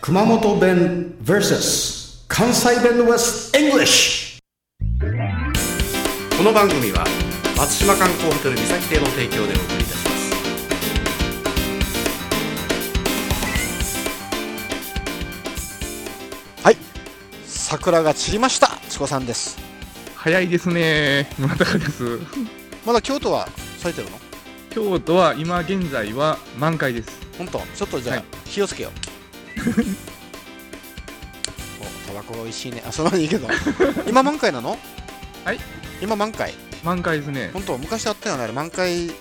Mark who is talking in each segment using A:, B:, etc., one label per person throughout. A: 熊本弁 VS 関西弁 West English
B: この番組は松島観光ホテル三崎邸の提供でお送りいたします
A: はい桜が散りましたチコさんです
C: 早いですね村高です
A: まだ京都は咲いてるの
C: 京都は今現在は満開です
A: 本当ちょっとじゃあ、
C: はい
A: 火をつけようお タバコが美味しいねあそのままいいけど 今満開なの
C: はい
A: 今満開
C: 満開ですね
A: 本当昔あったよねあれ満開違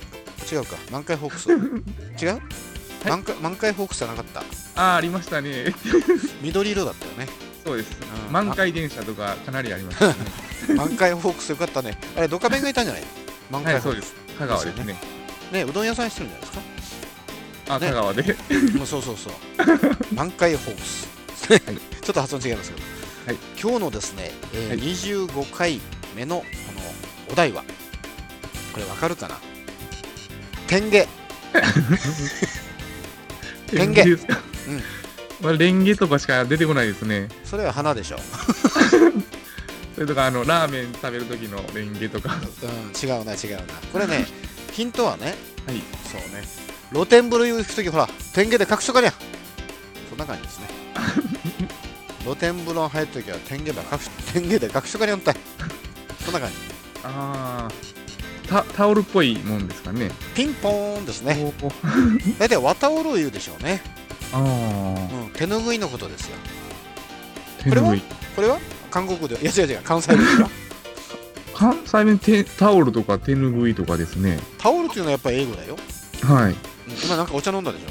A: うか満開ホークス違 う、
C: い
A: 満開満開ホークスじゃなかった
C: ああありましたね
A: 緑色だったよね
C: そうです
A: うん
C: 満開電車とかかなりありましたね
A: 満開ホークスよかったねあれドカベンがいたんじゃない満
C: は
A: 開
C: い
A: ホ
C: そ
A: ー
C: う
A: ク
C: で
A: ス、
C: す香川ですね
A: ねうどん屋さんしてるんじゃないですか
C: あ
A: ね
C: 香川で
A: もうそうそうそう満開ホークスちょっと発音違いますけど、
C: はい
A: 今日のですね、えー
C: はい
A: 25回目のこのお題はこれわかるかな天下レンゲ
C: ですか
A: うん
C: まあレンゲとかしか出てこないですね
A: それは花でしょ、
C: それとかあのラーメン食べる時のレンゲとか
A: うん、違うな違うなこれねヒントはね
C: はい
A: そうね露天風呂行く時ほら天下で隠しとかにゃそんな感じですね露天風呂入る時は天下ば隠し天下で隠しとかにゃんたいそんな感じ
C: ああタタオルっぽいもんですかね
A: ピンポーンですね
C: おー
A: 大体綿おろ言うでしょうね、
C: あ
A: うん、手ぬぐいのことですよ
C: あ手ぬぐい
A: これは韓国でいや違う違う関西ですよ
C: 関西弁手タオルとか手ぬぐいとかですね
A: タオルっていうのはやっぱり英語だよ、
C: はい
A: うん今なんかお茶飲んだでしょ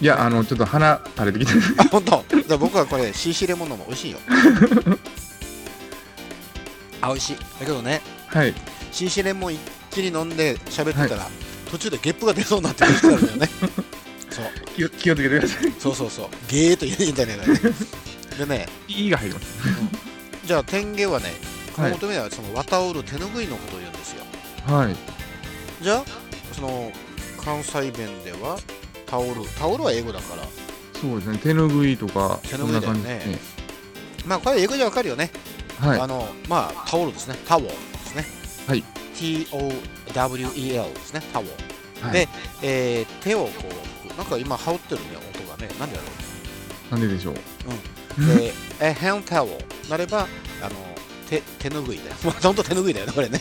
C: いやあのちょっと鼻垂れて きてる
A: あ本当。じゃあ僕はこれ CC レモンのも美味しいよあ美味しいだけどね
C: はい
A: CC レモン一気に飲んで喋ってたら、途中でゲップが出そうになってくる人あるんだよねそう
C: 気を気をつけてください
A: そうそうそうゲーと言うんじゃねえかねでね
C: 「い」が入ります
A: じゃあ天下はね
C: は
A: 熊
C: い
A: 本目はその綿おる手ぬぐいのことを言うんですよ
C: はい
A: じゃあその関西弁ではタオルタオルは英語だから
C: そうですね手ぬぐいとか
A: 手拭いだよね
C: そんな感じです
A: まあこれは英語じゃわかるよね、
C: ねはい
A: あのまあタオルですねタオルですね
C: はい
A: TOWEL ですねタオル、
C: はい
A: で、えー手をこう拭くなんか今羽織ってるね音がね何でやろ
C: なんででしょう
A: うでえヘンタオルなればあの手手ぬぐいだよ まあほんと手ぬぐいだよねこれ ね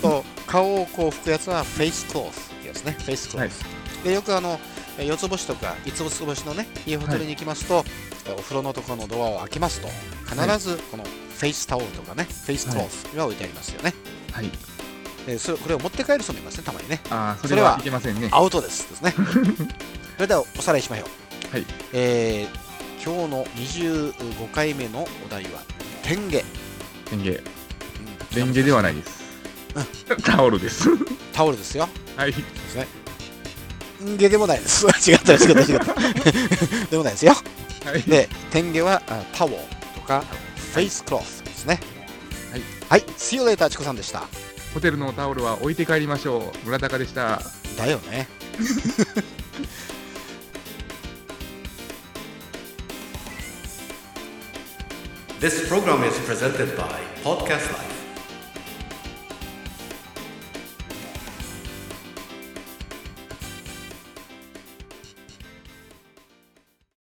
A: と顔をこう拭くやつはフェイスクロースってやつねフェイスクロース、
C: はい
A: でよくあのえー四つ星とか五つ星のねいいホテルに行きますと、えーお風呂のところのドアを開けますと必ずこのフェイスタオルとかねフェイスクロースが置いてありますよね、
C: はい
A: でそれこれを持って帰る人もいますねたまにね
C: ああ
A: そ
C: そ
A: れ
C: れ
A: は
C: はいけませんね
A: アウトですですねそれではおさらいしましょう
C: はい
A: えー今日の25回目のお題は「天下」
C: レンゲ
A: うん
C: レンゲではないですタオルです
A: タオルですよ
C: はい
A: そうですねんげでもないです 違った違った違ったでもないですよ
C: はい
A: で、天下はあタオルとかフェイスクロスですね。は
C: はいい、
A: はい、See you later チコさんでした。
C: ホテルのタオルは置いて帰りましょう村高でした
A: だよね。
B: This program is presented by Podcast Life